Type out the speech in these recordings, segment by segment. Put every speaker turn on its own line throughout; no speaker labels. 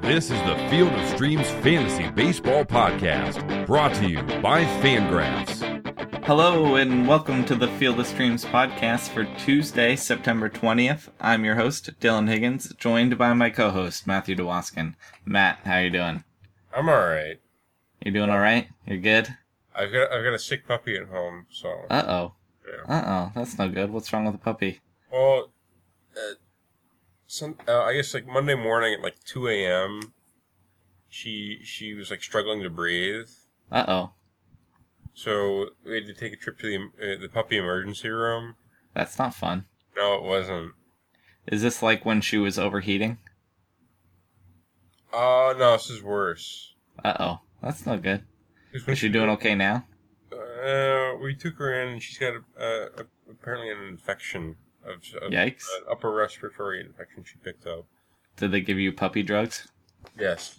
This is the Field of Streams Fantasy Baseball Podcast, brought to you by Fangraphs.
Hello and welcome to the Field of Streams podcast for Tuesday, September 20th. I'm your host, Dylan Higgins, joined by my co-host, Matthew DeWaskin. Matt, how you doing?
I'm all right.
You doing all right? You're good?
I've got I've got a sick puppy at home, so
Uh-oh.
yeah.
Uh-oh. That's no good. What's wrong with the puppy?
Well, uh, some uh, I guess like Monday morning at like 2 a.m. She she was like struggling to breathe,
Uh-oh.
so we had to take a trip to the uh, the puppy emergency room.
That's not fun.
No, it wasn't.
Is this like when she was overheating?
Oh no, this is worse.
Uh-oh. That's no good.
'Cause when
Is she doing okay now?
Uh, we took her in, and she's got a, uh, a, apparently an infection of, of
Yikes.
an upper respiratory infection she picked up.
Did they give you puppy drugs?
Yes.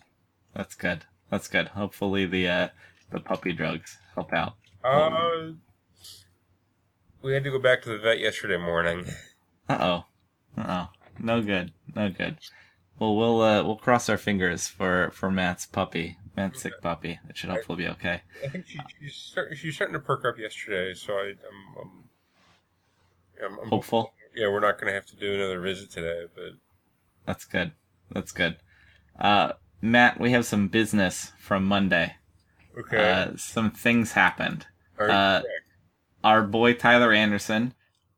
That's good. That's good. Hopefully the uh the puppy drugs help out.
Uh, we had to go back to the vet yesterday morning.
Uh oh. Uh oh. No good. No good. Well, we'll uh, we'll cross our fingers for for Matt's puppy, Matt's sick puppy. It should hopefully be okay.
I think she, she's, start, she's starting to perk up yesterday, so I, I'm, I'm, I'm, I'm
Hopeful.
Yeah, we're not going to have to do another visit today, but
That's good. That's good. Uh, Matt, we have some business from Monday.
okay.
Uh, some things happened.
All right.
uh, Our boy Tyler Anderson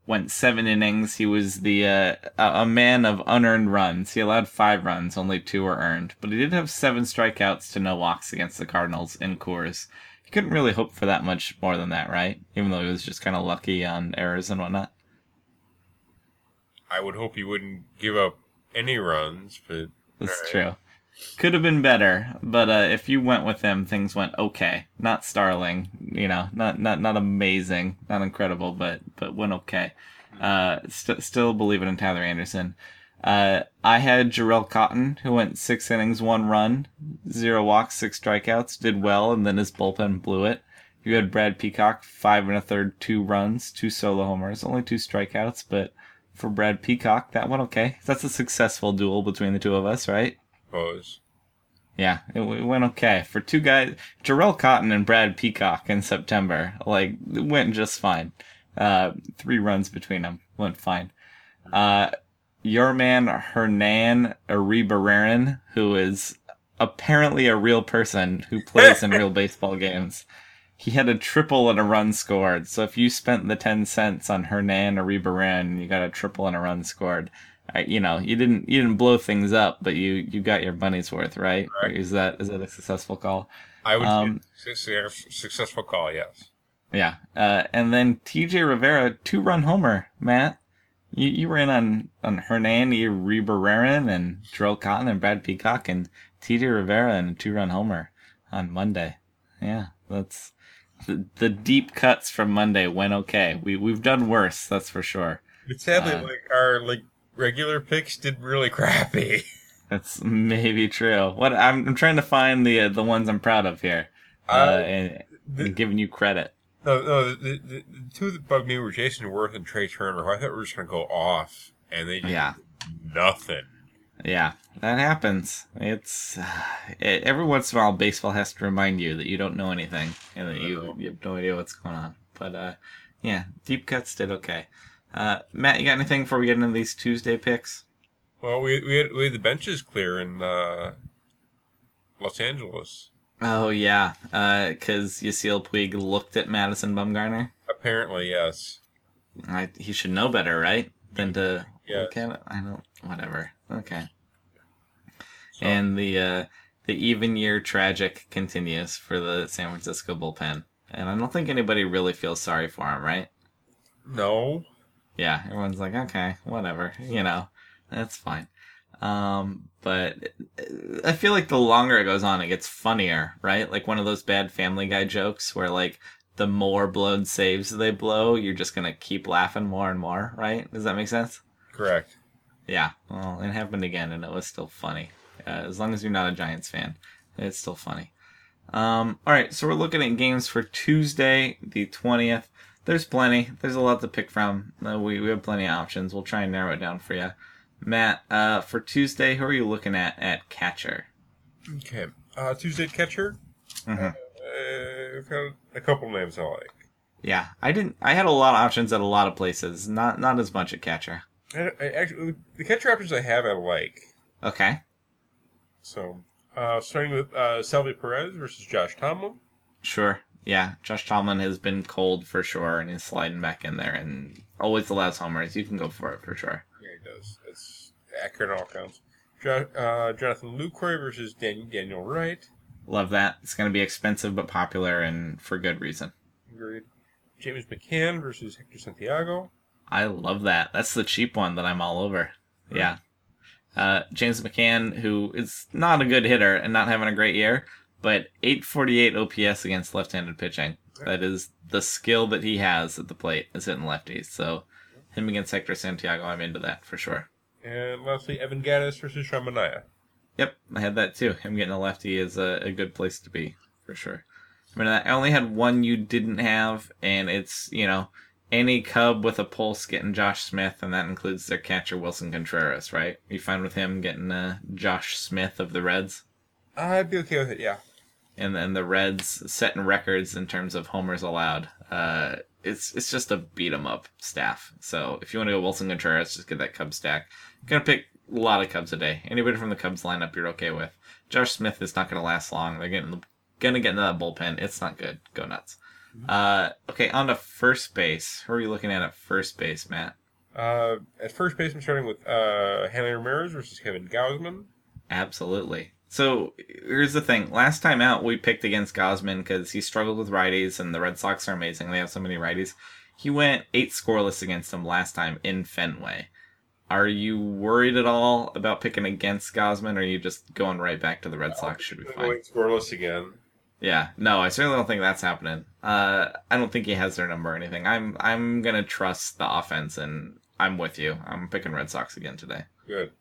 went seven innings. He was the uh, a a man of unearned runs. He allowed five runs, only two were earned, but he did have seven strikeouts to no walks against the Cardinals in Coors. You couldn't really hope for that much more than that, right? Even though he was just kind of lucky on errors and whatnot.
I would hope you wouldn't give up any runs, but
That's
Right.
true. Could have been better, but uh, if you went with him, things went okay. Not starling, you know, not not not amazing, not incredible, but but went okay. Uh, st- still believing in Tyler Anderson. Uh, I had Jarrell Cotton, who went six innings, one run, zero walks, six strikeouts, did well, and then his bullpen blew it. You had Brad Peacock, five and a third, two runs, two solo homers, only two strikeouts, but for Brad Peacock, that went okay. That's a successful duel between the two of us, right?
suppose.
Yeah, it, w- it went okay for two guys, Jarrell Cotton and Brad Peacock in September. Like it went just fine. Uh, three runs between them went fine. Uh, your man Hernan Aribararen, who is apparently a real person who plays in real baseball games, he had a triple and a run scored. So if you spent the ten cents on Hernan Aribararen and you got a triple and a run scored, I, you know, you didn't you didn't blow things up, but you you got your money's worth, right? Or Is that is that a successful call?
I would
Um,
say su- su- successful call, yes.
Yeah. Uh, and then T.J. Rivera, two run homer. Matt, you you were in on on Hernan Rebarren and Jarrell Cotton and Brad Peacock and T.J. Rivera and a two run homer on Monday. Yeah, that's the, the deep cuts from Monday went okay. We we've done worse, that's for sure.
But sadly,
Uh,
like our like regular picks did really crappy.
That's maybe true. What I'm, I'm trying to find the uh, the ones I'm proud of here, uh,
Uh,
and,
th-
and giving you credit.
No, no. The, the, the two that bugged me were Jason Worth and Trey Turner. who I thought were just going to go off, and they just
Yeah.
did nothing.
Yeah, that happens. It's it, every once in a while, baseball has to remind you that you don't know anything and that you, you have no idea what's going on. But uh, yeah, deep cuts did okay. Uh, Matt, you got anything before we get into these Tuesday picks?
Well, we we had, we had the benches clear in uh, Los Angeles.
Oh yeah, because Yasiel Puig looked at Madison Bumgarner.
Apparently, yes.
I, he should know better, right? Than to
Yeah.
look at it. I don't. Whatever. Okay.
So,
And the uh, the even year tragic continues for the San Francisco bullpen. And I don't think anybody really feels sorry for him, right?
no,
Yeah, everyone's like, okay, whatever, you know, that's fine. Um, but uh, I feel like the longer it goes on, it gets funnier, right? Like one of those bad Family Guy jokes where like the more blown saves they blow, you're just gonna keep laughing more and more, right? Does that make sense?
correct.
Yeah, well, it happened again, and it was still funny. Uh, as long as you're not a Giants fan, it's still funny. Um, all right, so we're looking at games for Tuesday, the twentieth. There's plenty. There's a lot to pick from. Uh, we we have plenty of options. We'll try and narrow it down for you. Matt, uh, for Tuesday, who are you looking at at catcher?
Okay. Uh, Tuesday catcher.
Mhm.
Uh, I've got a couple names I like.
Yeah, I didn't. I had a lot of options at a lot of places. Not not as much at catcher.
I, don't- I actually the catcher options I have I like.
Okay,
So uh, starting with uh, Salvi Perez versus Josh Tomlin.
sure. Yeah, Josh Tomlin has been cold for sure, and he's sliding back in there, and always allows homers. You can go for it for sure.
Yeah, he does. It's accurate on all counts. Jo- uh, Jonathan Lucroy versus Dan- Daniel Wright.
Love that. It's going to be expensive but popular, and for good reason.
Agreed. James McCann versus Hector Santiago.
I love that. That's the cheap one that I'm all over. Yeah. Uh, James McCann, who is not a good hitter and not having a great year, but 848 OPS against left-handed pitching. That is the skill that he has at the plate is hitting lefties. So him against Hector Santiago, I'm into that for sure.
And lastly, Evan Gaddis versus Shamania.
Yep, I had that too. Him getting a lefty is a, a good place to be for sure. I mean, I only had one you didn't have, and it's you know any Cub with a pulse getting Josh Smith, and that includes their catcher Wilson Contreras, right? You fine with him getting uh, Josh Smith of the Reds,
I'd be okay with it, yeah.
and then the Reds setting records in terms of homers allowed. Uh, it's it's just a beat 'em up staff. So if you want to go Wilson Contreras, just get that Cub stack. Gonna pick a lot of Cubs today. Anybody from the Cubs lineup you're okay with. Josh Smith is not going to last long. They're getting gonna get into that bullpen. It's not good. Go nuts. Uh, okay, on to first base. Who are you looking at at first base, Matt?
Uh, at first base, I'm starting with uh, Hanley Ramirez versus Kevin Gausman.
Absolutely. So here's the thing. Last time out, we picked against Gosman because he struggled with righties, and the Red Sox are amazing. They have so many righties. He went eight scoreless against them last time in Fenway. Are you worried at all about picking against Gosman, or are you just going right back to the Red Sox? Should be fine.
Going scoreless again.
Yeah, no, I certainly don't think that's happening. Uh, I don't think he has their number or anything. I'm I'm gonna trust the offense, and I'm with you. I'm picking Red Sox again today.
Good.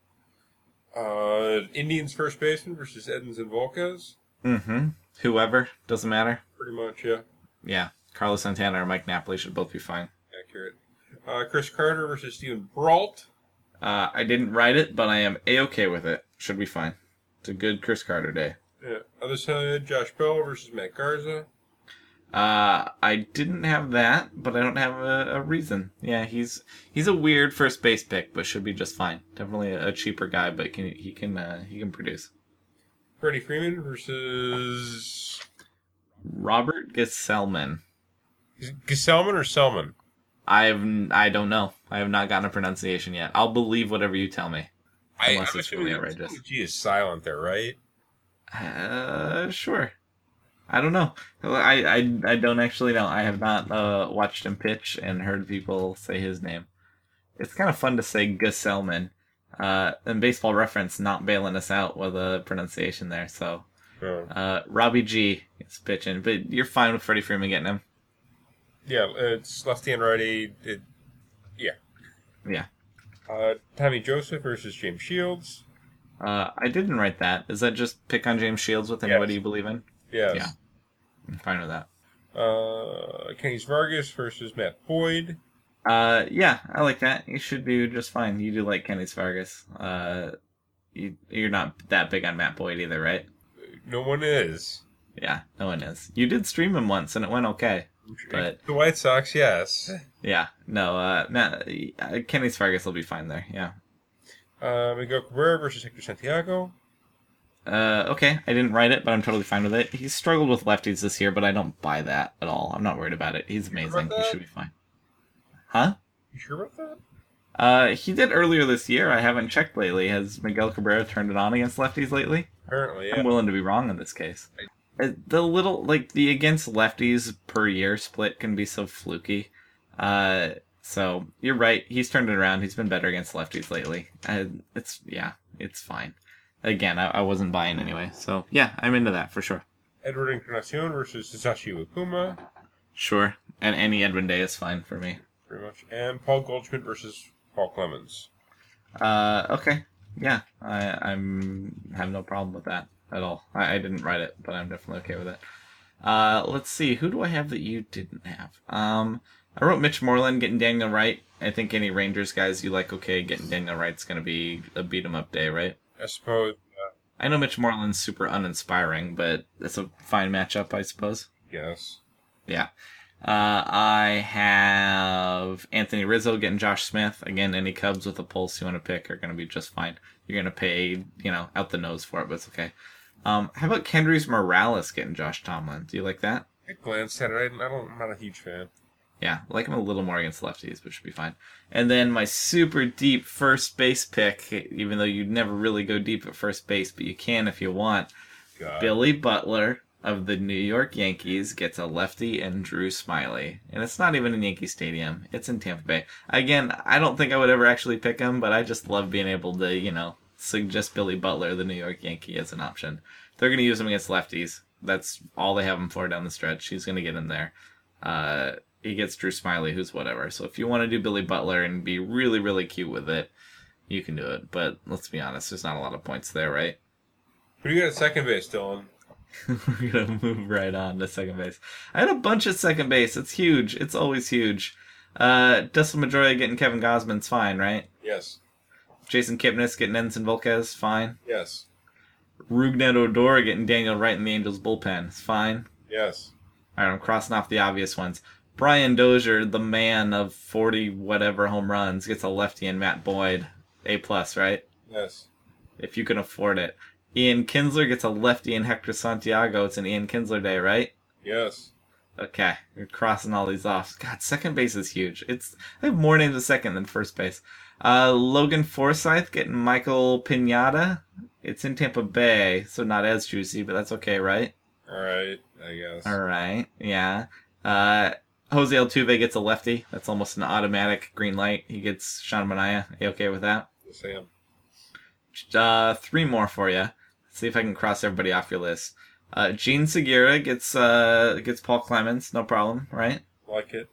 Uh, Indians first baseman versus Edens and Volquez.
Mm-hmm. Whoever doesn't matter.
Pretty much, yeah.
Yeah, Carlos Santana or Mike Napoli should both be fine.
Accurate. Uh, Chris Carter versus Steven Brault.
Uh, I didn't write it, but I am a okay with it. Should be fine. It's a good Chris Carter day.
Yeah. Other side, Josh Bell versus Matt Garza.
Uh, I didn't have that, but I don't have a, a reason. Yeah, he's he's a weird first base pick, but should be just fine. Definitely a, a cheaper guy, but can he can uh, he can produce.
Freddie Freeman versus
Robert Gesellman.
is it Gesellman or Selman.
I've I don't know. I have not gotten a pronunciation yet. I'll believe whatever you tell me. Unless
I'm
it's really
assuming-
outrageous.
I'm assuming G is silent there, right?
Uh, sure. I don't know. I, I, I don't actually know. I have not uh, watched him pitch and heard people say his name. It's kind of fun to say Gesellman. Uh, in baseball reference, not bailing us out with a pronunciation there. So,
Oh.
uh, Robbie G is pitching, but you're fine with Freddie Freeman getting him.
Yeah, it's lefty and righty. It, yeah.
Yeah.
Uh, Tommy Joseph versus James Shields.
Uh, I didn't write that. Is that just pick on James Shields with
Yes.
anybody you believe in?
Yes.
I'm fine with that.
Uh, Kenny's Vargas versus Matt Boyd.
Uh, yeah, I like that. You should do just fine. You do like Kenny's Vargas. Uh, you, you're not that big on Matt Boyd either, right?
No one is.
Yeah, no one is. You did stream him once and it went okay. But-
the White Sox, yes.
Yeah, no, uh, Matt, uh, Kenny's Vargas will be fine there. Yeah.
Uh, Miguel Cabrera versus Hector Santiago.
Uh, okay, I didn't write it, but I'm totally fine with it. He's struggled with lefties this year, but I don't buy that at all. I'm not worried about it. He's
about
amazing. He
that?
should be fine. Huh?
You sure about that?
Uh, he did earlier this year. I haven't checked lately. Has Miguel Cabrera turned it on against lefties lately?
Apparently, yeah.
I'm willing to be wrong in this case. Uh, The little like the against lefties per year split can be so fluky. Uh, so you're right. He's turned it around. He's been better against lefties lately. Uh, it's yeah, it's fine. Again, I, I wasn't buying anyway. So yeah, I'm into that for sure.
Edward Encarnacion versus Sasashi Wakuma,
Sure, and any Edwin Day is fine for me.
pretty much. And Paul Goldschmidt versus Paul Clemens.
Uh, okay, yeah, I I'm have no problem with that at all. I, I didn't write it, but I'm definitely okay with it. Uh, let's see. Who do I have that you didn't have? Um, I wrote Mitch Moreland getting Daniel Wright. I think any Rangers guys you like, okay, getting Daniel Wright's gonna be a beat 'em up day, right?
I suppose
I know Mitch Moreland's super uninspiring, but it's a fine matchup, I suppose.
Yes.
Yeah. Uh, I have Anthony Rizzo getting Josh Smith. Again, any Cubs with a pulse you want to pick are going to be just fine. You're going to pay, you know, out the nose for it, but it's okay. Um, how about Kendrys Morales getting Josh Tomlin? Do you like that?
I glanced at it. I, I don't. I'm not a huge fan.
Yeah, I like him a little more against lefties, but should be fine. And then my super deep first base pick, even though you'd never really go deep at first base, but you can if you want.
God.
Billy Butler of the New York Yankees gets a lefty and Drew Smiley. And it's not even in Yankee Stadium, it's in Tampa Bay. Again, I don't think I would ever actually pick him, but I just love being able to, you know, suggest Billy Butler, the New York Yankee, as an option. They're going to use him against lefties. That's all they have him for down the stretch. He's going to get in there. Uh, he gets Drew Smiley, who's whatever. So if you want to do Billy Butler and be really, really cute with it, you can do it. But let's be honest, there's not a lot of points there, right?
Who do you got at second base, Dylan?
We're gonna move right on to second base. I had a bunch at second base. It's huge. It's always huge. Uh, Dustin Pedroia getting Kevin Gosman's fine, right?
Yes.
Jason Kipnis getting Ensign Volquez, fine.
Yes.
Rugnet Odor getting Daniel Wright in the Angels bullpen, it's fine.
Yes.
All right, I'm crossing off the obvious ones. Brian Dozier, the man of 40 whatever home runs, gets a lefty and Matt Boyd, A plus, right?
Yes.
If you can afford it. Ian Kinsler gets a lefty and Hector Santiago. It's an Ian Kinsler day, right?
Yes.
Okay, you're crossing all these off. God, second base is huge. It's I have more names of second than first base. Uh, Logan Forsyth getting Michael Pinata. It's in Tampa Bay, so not as juicy, but that's okay, right?
All right. I guess.
All right, yeah. Uh, Jose Altuve gets a lefty. That's almost an automatic green light. He gets Sean Mania. You okay with that?
Sam.
Uh, three more for you. See if I can cross everybody off your list. Uh, Gene Segura gets uh gets Paul Clemens. No problem, right?
Like it.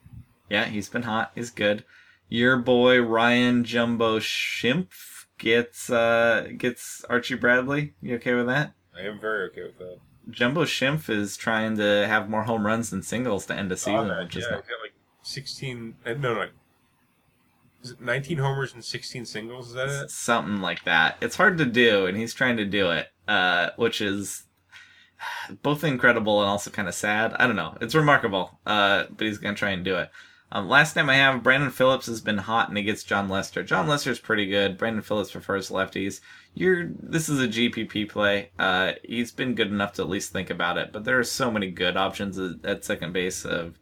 Yeah, he's been hot. He's good. Your boy Ryan Jumbo Shimp gets uh gets Archie Bradley. You okay with that?
I am very okay with that.
Jumbo Shimp is trying to have more home runs than singles to end the season,
Oh,
which is
yeah,
not-
he's got like 16. uh, No, no. Is it 19 homers and 16 singles? Is that it?
something like that. It's hard to do, and he's trying to do it, uh, which is both incredible and also kind of sad. I don't know. It's remarkable, uh, but he's gonna try and do it. Um, last name I have Brandon Phillips has been hot, and he gets John Lester. John Lester's pretty good. Brandon Phillips prefers lefties. You're this is a GPP play. Uh, he's been good enough to at least think about it, but there are so many good options at- at second base of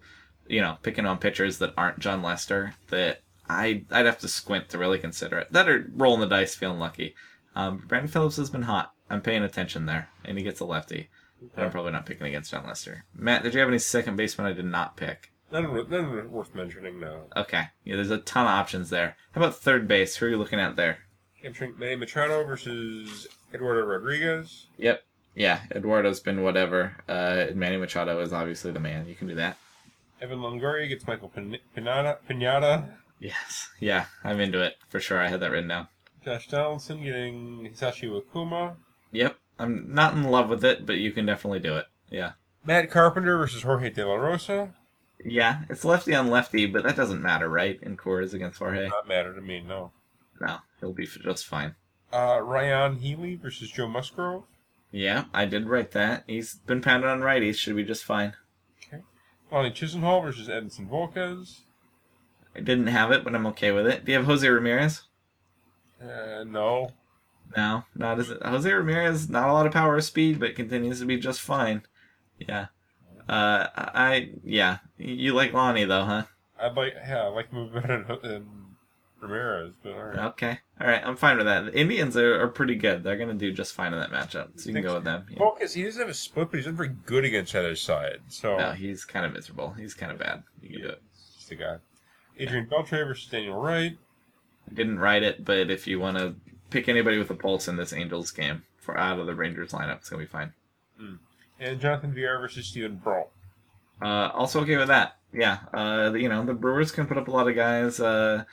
you know, picking on pitchers that aren't John Lester that I I'd have to squint to really consider it. That are rolling the dice, feeling lucky. Um, Brandon Phillips has been hot. I'm paying attention there, and he gets a lefty. But I'm probably not picking against John Lester. Matt, did you have any second baseman I did not pick?
None, wor- none worth mentioning, no.
Okay, yeah, there's a ton of options there. How about third base? Who are you looking at there?
Hamstring Manny Machado versus Eduardo Rodriguez.
Yep. Yeah, Eduardo's been whatever. Uh, Manny Machado is obviously the man. You can do that.
Evan Longoria gets Michael Pin- Pinata, Pinata.
Yes. Yeah, I'm into it for sure. I had that written down.
Josh Donaldson getting Hisashi Wakuma.
Yep. I'm not in love with it, but you can definitely do it. Yeah.
Matt Carpenter versus Jorge De La Rosa.
Yeah, it's lefty on lefty, but that doesn't matter, right? In Coors against Jorge.
Not matter to me, no.
No, he'll be f- just fine.
Uh, Ryan Healy versus Joe Musgrove.
Yeah, I did write that. He's been pounded on righties, should be just fine.
Lonnie Chisenhall versus Edinson Volquez.
I didn't have it, but I'm okay with it. Do you have Jose Ramirez?
Uh, no.
No, not as Jose Ramirez. Not a lot of power or speed, but continues to be just fine. Yeah. Uh, I yeah. You like Lonnie though, huh?
I'd like, yeah, I'd like to move better than- than Ramirez, but alright.
Okay. All right, I'm fine with that. The Indians are, are pretty good. They're gonna do just fine in that matchup, so you can go with them. Yeah.
Volquez, he doesn't have a split, but he's not very good against either side, so
No, he's kind of miserable. He's kind of bad. You can do it.
he's just the guy. Adrian Beltre versus Daniel Wright.
didn't write it, but if you want to pick anybody with a pulse in this Angels game for out of the Rangers lineup, it's gonna be fine.
And Jonathan VR versus Steven Brawl.
Uh, also okay with that. Yeah, uh, the- you know the Brewers can put up a lot of guys uh,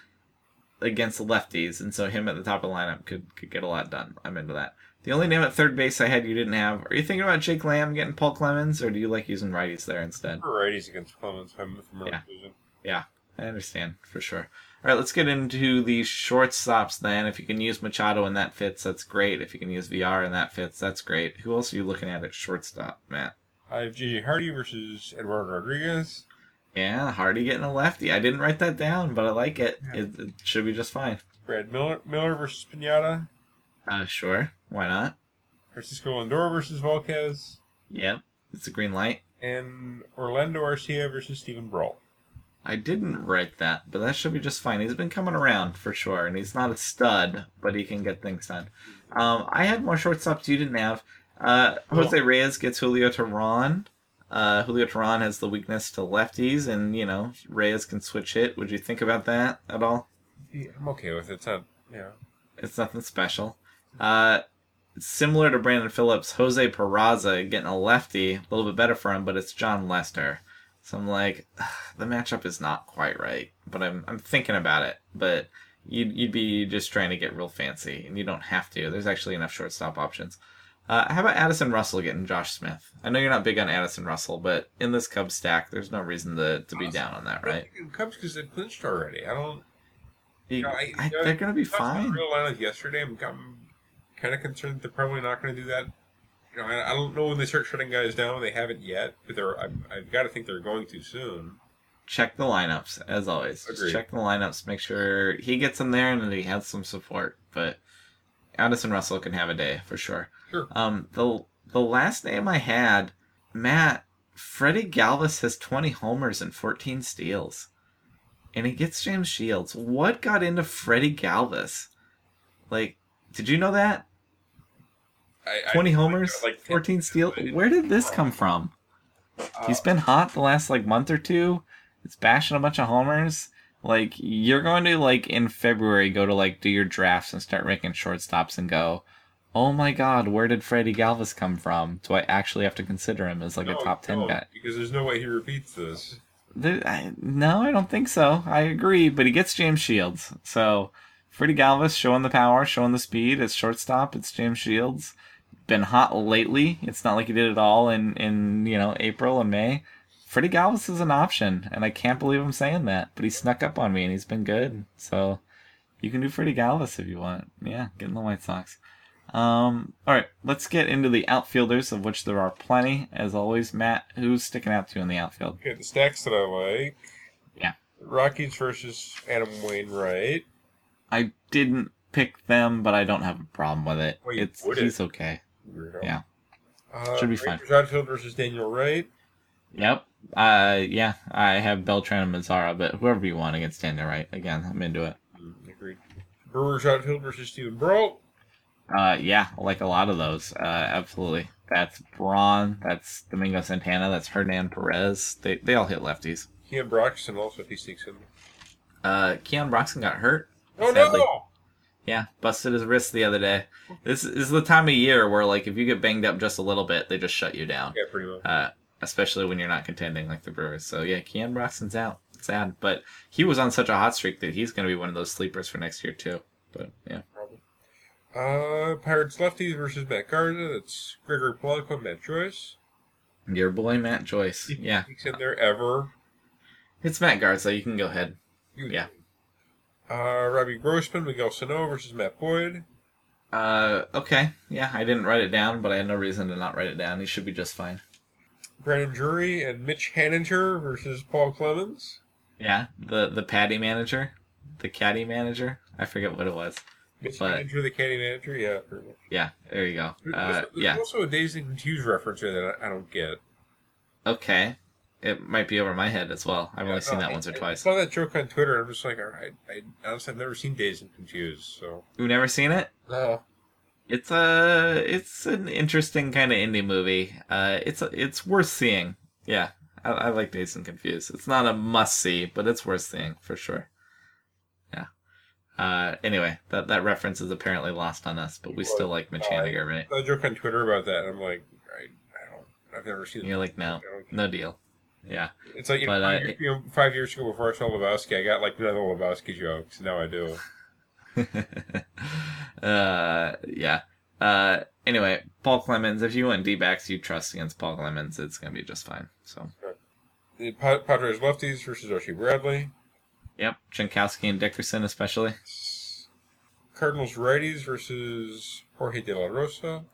against the lefties, and so him at the top of the lineup could could get a lot done. I'm into that. The only name at third base I had you didn't have. Are you thinking about Jake Lamb getting Paul Clemens, or do you like using righties there instead?
Righties against Clemens, if I'm if I'm
Yeah.
not mistaken.
I understand for sure. All right, let's get into the shortstops then. If you can use Machado and that fits, that's great. If you can use VR and that fits, that's great. Who else are you looking at at shortstop, Matt?
I have JJ Hardy versus Eduardo Rodriguez.
Yeah, Hardy getting a lefty. I didn't write that down, but I like it. It, it should be just fine.
Brad Miller, Miller versus Pinata.
Uh, sure. Why not?
Francisco Lindor versus Volquez.
Yep. It's a green light.
And Orlando Arcia versus Stephen Brawl.
I didn't write that, but that should be just fine. He's been coming around for sure, and he's not a stud, but he can get things done. Um, I had more shortstops you didn't have. Uh, Jose Reyes gets Julio Tehran. Uh, Julio Tehran has the weakness to lefties, and you know Reyes can switch hit. Would you think about that at all?
Yeah, I'm okay with it. It's not, yeah.
It's nothing special. Uh, similar to Brandon Phillips, Jose Peraza getting a lefty, a little bit better for him, but it's John Lester. So I'm like, the matchup is not quite right, but I'm I'm thinking about it. But you'd you'd be just trying to get real fancy, and you don't have to. There's actually enough shortstop options. Uh, how about Addison Russell getting Josh Smith? I know you're not big on Addison Russell, but in this Cubs stack, there's no reason to, to be
Awesome.
down on that,
I don't
right?
think it comes because they clinched already. I don't.
You-
Yeah, I-
I-
yeah,
they're going to be
I saw the
fine.
Real lineup yesterday. I'm, I'm kind of concerned they're probably not going to do that. You know, I, I don't know when they start shutting guys down. They haven't yet, but they're. I've, I've got to think they're going to soon.
check the lineups as always. Just
Agreed.
check the lineups, make sure he gets in there and that he has some support. But Addison Russell can have a day for sure.
Sure.
Um, the the last name I had, Matt Freddie Galvis has 20 homers and 14 steals, and he gets James Shields. What got into Freddie Galvis? Like, did you know that
I, I-
20 homers,
like, like,
14 steals? Where did this come from?
Uh,
He's been hot the last like month or two. It's bashing a bunch of homers. Like you're going to like in February go to like do your drafts and start making shortstops and go, oh my god, where did Freddie Galvis come from? Do I actually have to consider him as like
No,
a top ten
no,
guy?
because there's no way he repeats this.
There, I, no, I don't think so. I agree, but he gets James Shields. So Freddie Galvis showing the power, showing the speed. It's shortstop. It's James Shields. Been hot lately. It's not like he did it all in in you know April and May. Freddie Galvis is an option, and I can't believe I'm saying that, but he snuck up on me and he's been good. So you can do Freddie Galvis if you want. Yeah, get in the White Sox. Um, all right, let's get into the outfielders, of which there are plenty. As always, Matt, who's sticking out to you in the outfield?
Okay, the stacks that I like.
Yeah.
Rockies versus Adam Wainwright.
I didn't pick them, but I don't have a problem with it.
Well, you
it's
wouldn't.
he's okay.
Weirdo.
Yeah.
Uh,
Should be fine.
Rangers outfield versus Daniel Wright.
Yep. Uh, yeah, I have Beltran and Mazzara, but whoever you want against Daniel Wright, again, I'm into it.
Mm, Agreed. Brewers outfield versus Steven Brault.
Uh, yeah, I like a lot of those. Uh, absolutely. That's Braun. That's Domingo Santana. That's Hernan Perez. They they all hit lefties.
Ian Broxton also if he sneaks in.
Uh, Keon Broxton got hurt.
Oh
sadly.
no!
Yeah, busted his wrist the other day. This is the time of year where like if you get banged up just a little bit, they just shut you down.
Yeah, pretty much.
uh, especially when you're not contending like the Brewers. So yeah, Keon Broxton's out. Sad, but he was on such a hot streak that he's going to be one of those sleepers for next year too. But yeah,
Uh, Pirates lefties versus Matt Garza. That's Gregory Polanco, Matt Joyce.
your boy Matt Joyce.
If he
Yeah,
sneaks in there ever.
it's Matt Garza. You can go ahead.
you-
Yeah.
Uh, Robbie Grossman, Miguel Sano versus Matt Boyd.
Uh, okay. Yeah, I didn't write it down, but I had no reason to not write it down. He should be just fine.
Brandon Drury and Mitch Hanninger versus Paul Clemens.
Yeah, the the patty manager, the caddy manager. I forget what it was.
Mitch
But-
Hanninger, the candy manager. Yeah. pretty much.
Yeah, there you go.
There's,
Uh,
there's
yeah.
also a Days and Confused reference here that I, I don't get.
Okay. It might be over my head as well. I've only seen
Uh,
that
I-
once or
I
twice.
saw that joke on Twitter. and I'm just like, all right. I honestly, I've never seen Days and Confused, so.
You've never seen it?
No.
It's a it's an interesting kind of indie movie. Uh, it's it's worth seeing. Yeah, I, I like Dazed and Confused. It's not a must see, but it's worth seeing for sure. Yeah. Uh, anyway, that that reference is apparently lost on us, but we still like Mitch Haniger, right?
I joke on Twitter about that, and I'm like, I, I don't, I've never seen.
And you're like, no, no deal. Yeah.
It's like you know,
But,
five,
uh,
years, you know, five years ago before I saw Lebowski, I got like another Lebowski jokes. Now I do.
uh, yeah. Uh, anyway, Paul Clemens. If you want D backs, you trust against Paul Clemens, it's gonna be just fine. So.
The Pa- Padres lefties versus Archie Bradley.
Yep, Jankowski and Dickerson especially.
Cardinals righties versus Jorge De La Rosa.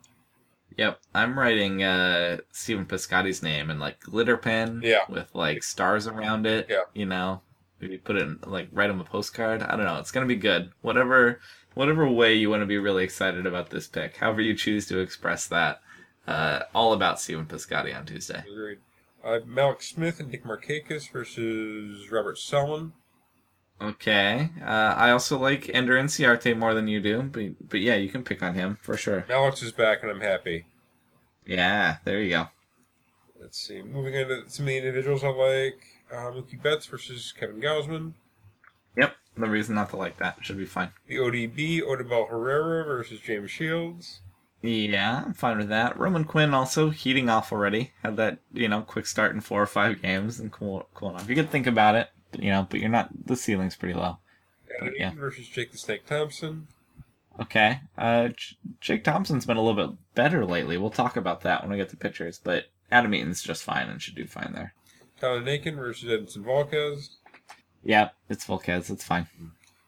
Yep, I'm writing uh Stephen Piscotty's name in like glitter pen.
Yeah.
with like stars around it.
Yeah.
you know, maybe put it in, like write him a postcard. I don't know. It's gonna be good. Whatever, whatever way you want to be really excited about this pick, however you choose to express that. Uh, all about Stephen Piscotty on Tuesday.
Agreed. Uh, Malik Smith and Dick Markakis versus Robert Selman.
Okay. Uh, I also like Ender Inciarte more than you do, but but yeah, you can pick on him for sure.
Malik's is back, and I'm happy.
Yeah, there you go.
Let's see. Moving on to some of the individuals I like. Uh, Mookie Betts versus Kevin Gausman.
Yep, no reason not to like that. Should be fine.
The ODB, Odubel Herrera versus James Shields.
Yeah, I'm fine with that. Roman Quinn also heating off already. Had that, you know, quick start in four or five games and cool, cooling off. You could think about it, but, you know, but you're not, the ceiling's pretty low.
Adam
Yeah.
Eaton versus Jake the Snake Thompson.
Okay. Uh, J- Jake Thompson's been a little bit better lately. We'll talk about that when we get the pictures, but Adam Eaton's just fine and should do fine there.
Tyler Nakin versus Edinson Volquez.
Yep, it's Volquez. It's fine.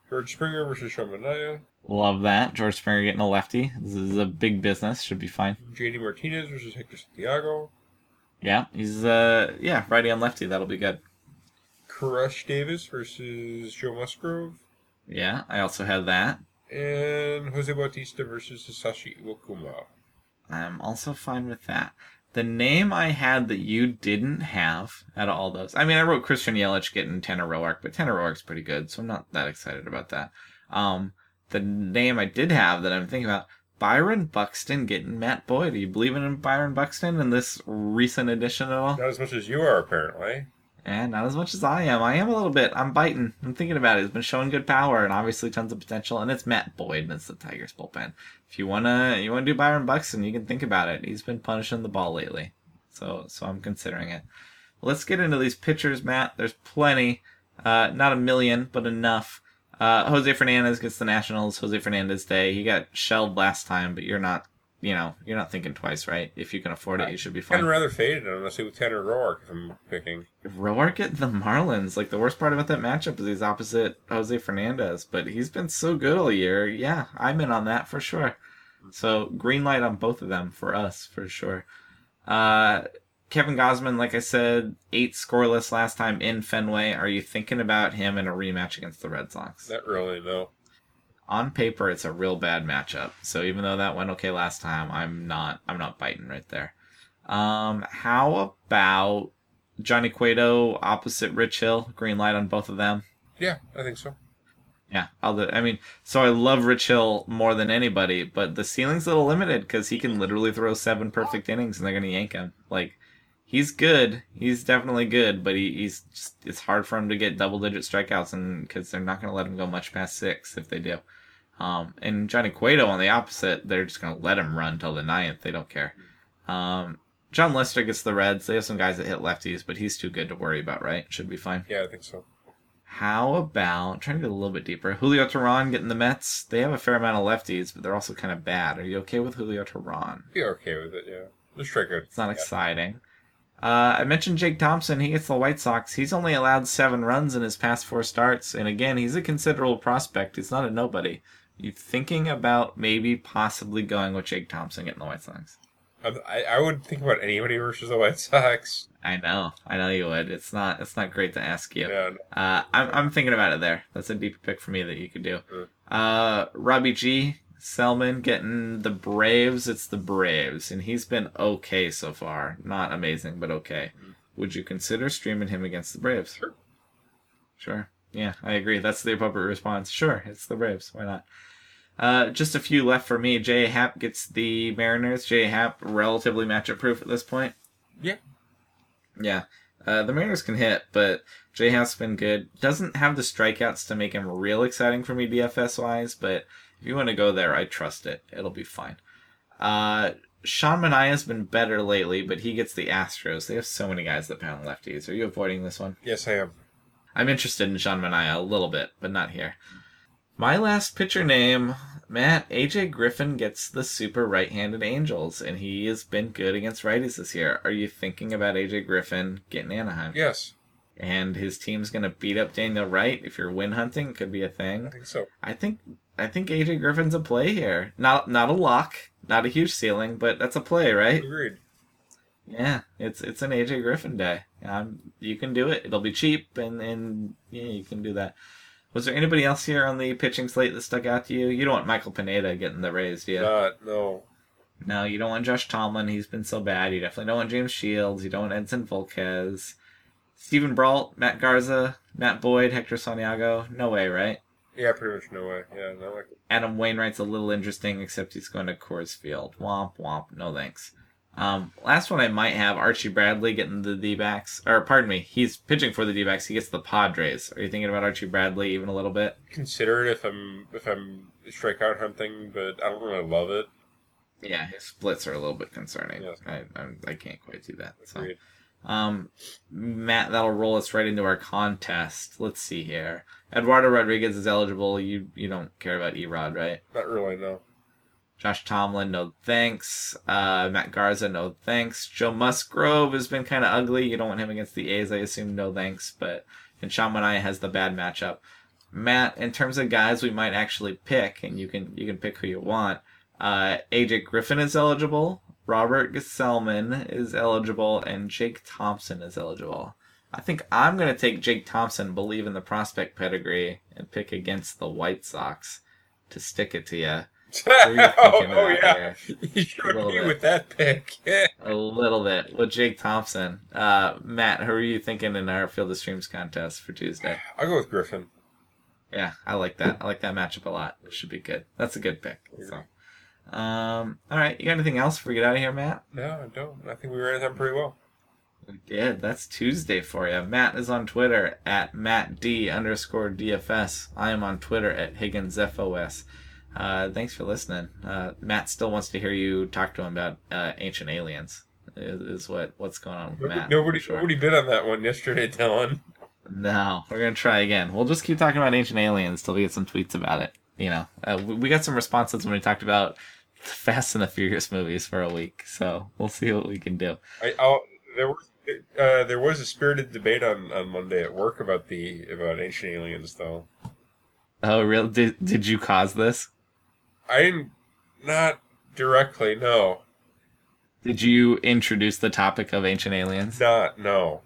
George Springer versus Sean Mania.
Love that. George Springer getting a lefty. This is a big business. Should be fine.
JD Martinez versus Hector Santiago.
Yeah, he's, uh, yeah, righty on lefty. That'll be good.
Crush Davis versus Joe Musgrove.
Yeah, I also had that.
And Jose Bautista versus Hisashi Iwakuma.
I'm also fine with that. The name I had that you didn't have out of all those. I mean, I wrote Christian Yelich getting Tanner Roark, but Tanner Roark's pretty good, so I'm not that excited about that. Um, the name I did have that I'm thinking about, Byron Buxton getting Matt Boyd. Are you believing in Byron Buxton in this recent edition at all?
Not as much as you are, apparently.
And Eh, not as much as I am. I am a little bit. I'm biting. I'm thinking about it. It's been showing good power and obviously tons of potential. And it's Matt Boyd and it's the Tigers bullpen. If you wanna, you wanna do Byron Buxton, you can think about it. He's been punishing the ball lately, so so I'm considering it. Let's get into these pitchers, Matt. There's plenty. Uh, not a million, but enough. Uh, Jose Fernandez gets the Nationals. Jose Fernandez Day. He got shelled last time, but you're not. You know, you're not thinking twice, right? If you can afford it, you should be fine.
Kind of rather faded him, unless it was Tanner Roark if I'm picking.
Roark at the Marlins. Like the worst part about that matchup is he's opposite Jose Fernandez, but he's been so good all year. Yeah, I'm in on that for sure. So green light on both of them for us for sure. Uh, Kevin Gosman, like I said, eight scoreless last time in Fenway. Are you thinking about him in a rematch against the Red Sox?
Not really, no.
On paper, it's a real bad matchup. So even though that went okay last time, I'm not I'm not biting right there. Um, how about Johnny Cueto opposite Rich Hill? Green light on both of them.
Yeah, I think so.
Yeah, I'll do, I mean, so I love Rich Hill more than anybody, but the ceiling's a little limited because he can literally throw seven perfect innings and they're gonna yank him. Like, he's good, he's definitely good, but he, he's just, it's hard for him to get double digit strikeouts, and because they're not gonna let him go much past six if they do. Um, and Johnny Cueto on the opposite, they're just gonna let him run till the ninth. They don't care. Um, John Lester gets the Reds. They have some guys that hit lefties, but he's too good to worry about. Right? Should be fine.
Yeah, I think so.
How about trying to get a little bit deeper? Julio Tehran getting the Mets. They have a fair amount of lefties, but they're also kind of bad. Are you okay with Julio Tehran?
Be okay with it, yeah. Just strike out.
It's not exciting. Uh, I mentioned Jake Thompson. He gets the White Sox. He's only allowed seven runs in his past four starts, and again, he's a considerable prospect. He's not a nobody. You thinking about maybe possibly going with Jake Thompson getting the White Sox?
I- I, I wouldn't think about anybody versus the White Sox.
I know, I know you would. It's not, it's not great to ask you.
Yeah,
Uh, I'm, I'm thinking about it there. That's a deeper pick for me that you could do.
Sure.
Uh, Robbie G. Selman getting the Braves. It's the Braves, and he's been okay so far. Not amazing, but okay. Would you consider streaming him against the Braves?
Hmm. Sure.
Sure. Yeah, I agree. That's the appropriate response. Sure, it's the Braves. Why not? Uh, just a few left for me. J. Happ gets the Mariners. J. Happ relatively matchup proof at this point.
Yeah.
Yeah. Uh, the Mariners can hit, but J Happ's been good. Doesn't have the strikeouts to make him real exciting for me DFS wise, but if you want to go there, I trust it. It'll be fine. Uh, Sean Mania's been better lately, but he gets the Astros. They have so many guys that pound lefties. Are you avoiding this one?
Yes, I am.
I'm interested in Sean Mania a little bit, but not here. My last pitcher name, Matt, AJ Griffin gets the super right handed Angels, and he has been good against righties this year. Are you thinking about AJ Griffin getting Anaheim?
Yes.
and his team's gonna beat up Daniel Wright. If you're win hunting, it could be a
I
thing.
think so.
I think I think AJ Griffin's a play here. Not not a lock, not a huge ceiling, but that's a play, right?
Agreed.
Yeah, it's it's an AJ Griffin day. Um, you can do it. It'll be cheap, and and yeah, you can do that. Was there anybody else here on the pitching slate that stuck out to you? You don't want Michael Pineda getting the raise, do you?
Not no.
No, you don't want Josh Tomlin. He's been so bad. You definitely don't want James Shields. You don't want Edson Volquez. Stephen Brault, Matt Garza, Matt Boyd, Hector Santiago. No way, right?
Yeah, pretty much no way. Yeah, no way.
Adam Wainwright's a little interesting, except he's going to Coors Field. Womp womp. No thanks. Um, last one I might have Archie Bradley getting the D backs. Or, pardon me, he's pitching for the D backs. He gets the Padres. Are you thinking about Archie Bradley even a little bit?
Consider it if I'm if I'm strikeout hunting, but I don't really love it.
Yeah, his splits are a little bit concerning.
Yeah.
I, I, I can't quite do that. So.
Agreed.
Um, Matt, that'll roll us right into our contest. Let's see here. Eduardo Rodriguez is eligible. You you don't care about Erod, right?
Not really. No.
Josh Tomlin, no thanks. Uh, Matt Garza, no thanks. Joe Musgrove has been kind of ugly. You don't want him against the A's, I assume. No thanks. But and Sean Mania has the bad matchup. Matt, in terms of guys we might actually pick, and you can you can pick who you want. Uh, AJ Griffin is eligible. Robert Gesellman is eligible, and Jake Thompson is eligible. I think I'm going to take Jake Thompson, believe in the prospect pedigree, and pick against the White Sox to stick it to you. What were you
oh,
thinking
oh,
about
yeah.
there?
You showed
little
me
bit.
with that pick. Yeah.
A little bit with Jake Thompson. Uh, Matt, who are you thinking in our Field of Streams contest for Tuesday?
I'll go with Griffin.
Yeah, I like that. I like that matchup a lot. It should be good. That's a good pick. So, um, all right, you got anything else before we get out of here, Matt?
No, I don't. I think we ran them pretty well.
We did. That's Tuesday for you. Matt is on Twitter at mattd underscore dfs. I am on Twitter at higginsfos. Uh, thanks for listening. Uh, Matt still wants to hear you talk to him about uh, ancient aliens. Is, is what what's going on with
Nobody,
Matt?
nobody,
for sure.
nobody bid on that one yesterday, Dylan.
No, we're gonna try again. We'll just keep talking about ancient aliens till we get some tweets about it. You know, uh, we, we got some responses when we talked about the Fast and the Furious movies for a week, so we'll see what we can do.
I, I'll, there was uh, there was a spirited debate on, on Monday at work about the about ancient aliens, though.
Oh, real? Did did you cause this?
I didn't not directly. No,
Did you introduce the topic of ancient aliens?
not no.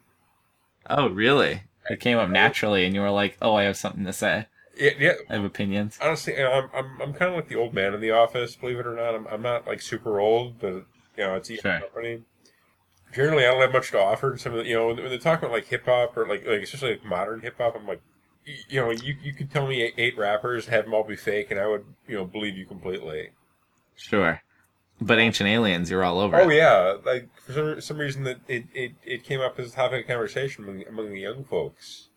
Oh, really? It came up naturally, and you were like, "Oh, I have something to say.
Yeah, yeah.
I have opinions."
Honestly, you know, I'm I'm, I'm kind of like the old man in the office. Believe it or not, I'm, I'm not like super old, but you know, it's easy
Sure.
company. Generally, I don't have much to offer. Some of the, you know, when they talk about like hip hop or like like especially like modern hip hop, I'm like, y- you know, you you could tell me eight, eight rappers and have them all be fake, and I would you know believe you completely.
Sure, but ancient aliens, you're all over.
Oh
it.
yeah, like for some, some reason that it, it, it came up as a topic of conversation among, among the young folks,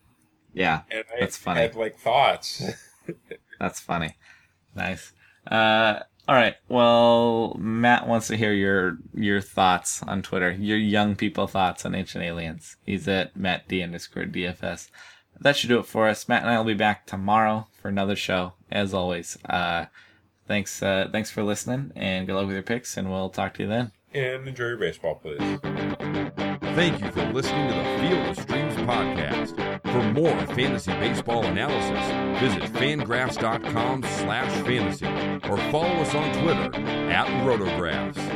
yeah.
and I
That's funny.
had like thoughts.
That's funny. Nice. Uh, all right. Well, Matt wants to hear your your thoughts on Twitter. Your young people thoughts on ancient aliens. He's at Matt D underscore DFS. That should do it for us. Matt and I will be back tomorrow for another show. As always, uh, thanks uh, thanks for listening, and good luck with your picks. And we'll talk to you then.
and enjoy your baseball, please.
Thank you for listening to the Field of Streams podcast. For more fantasy baseball analysis, visit fangraphs.com slash fantasy or follow us on Twitter at rotographs.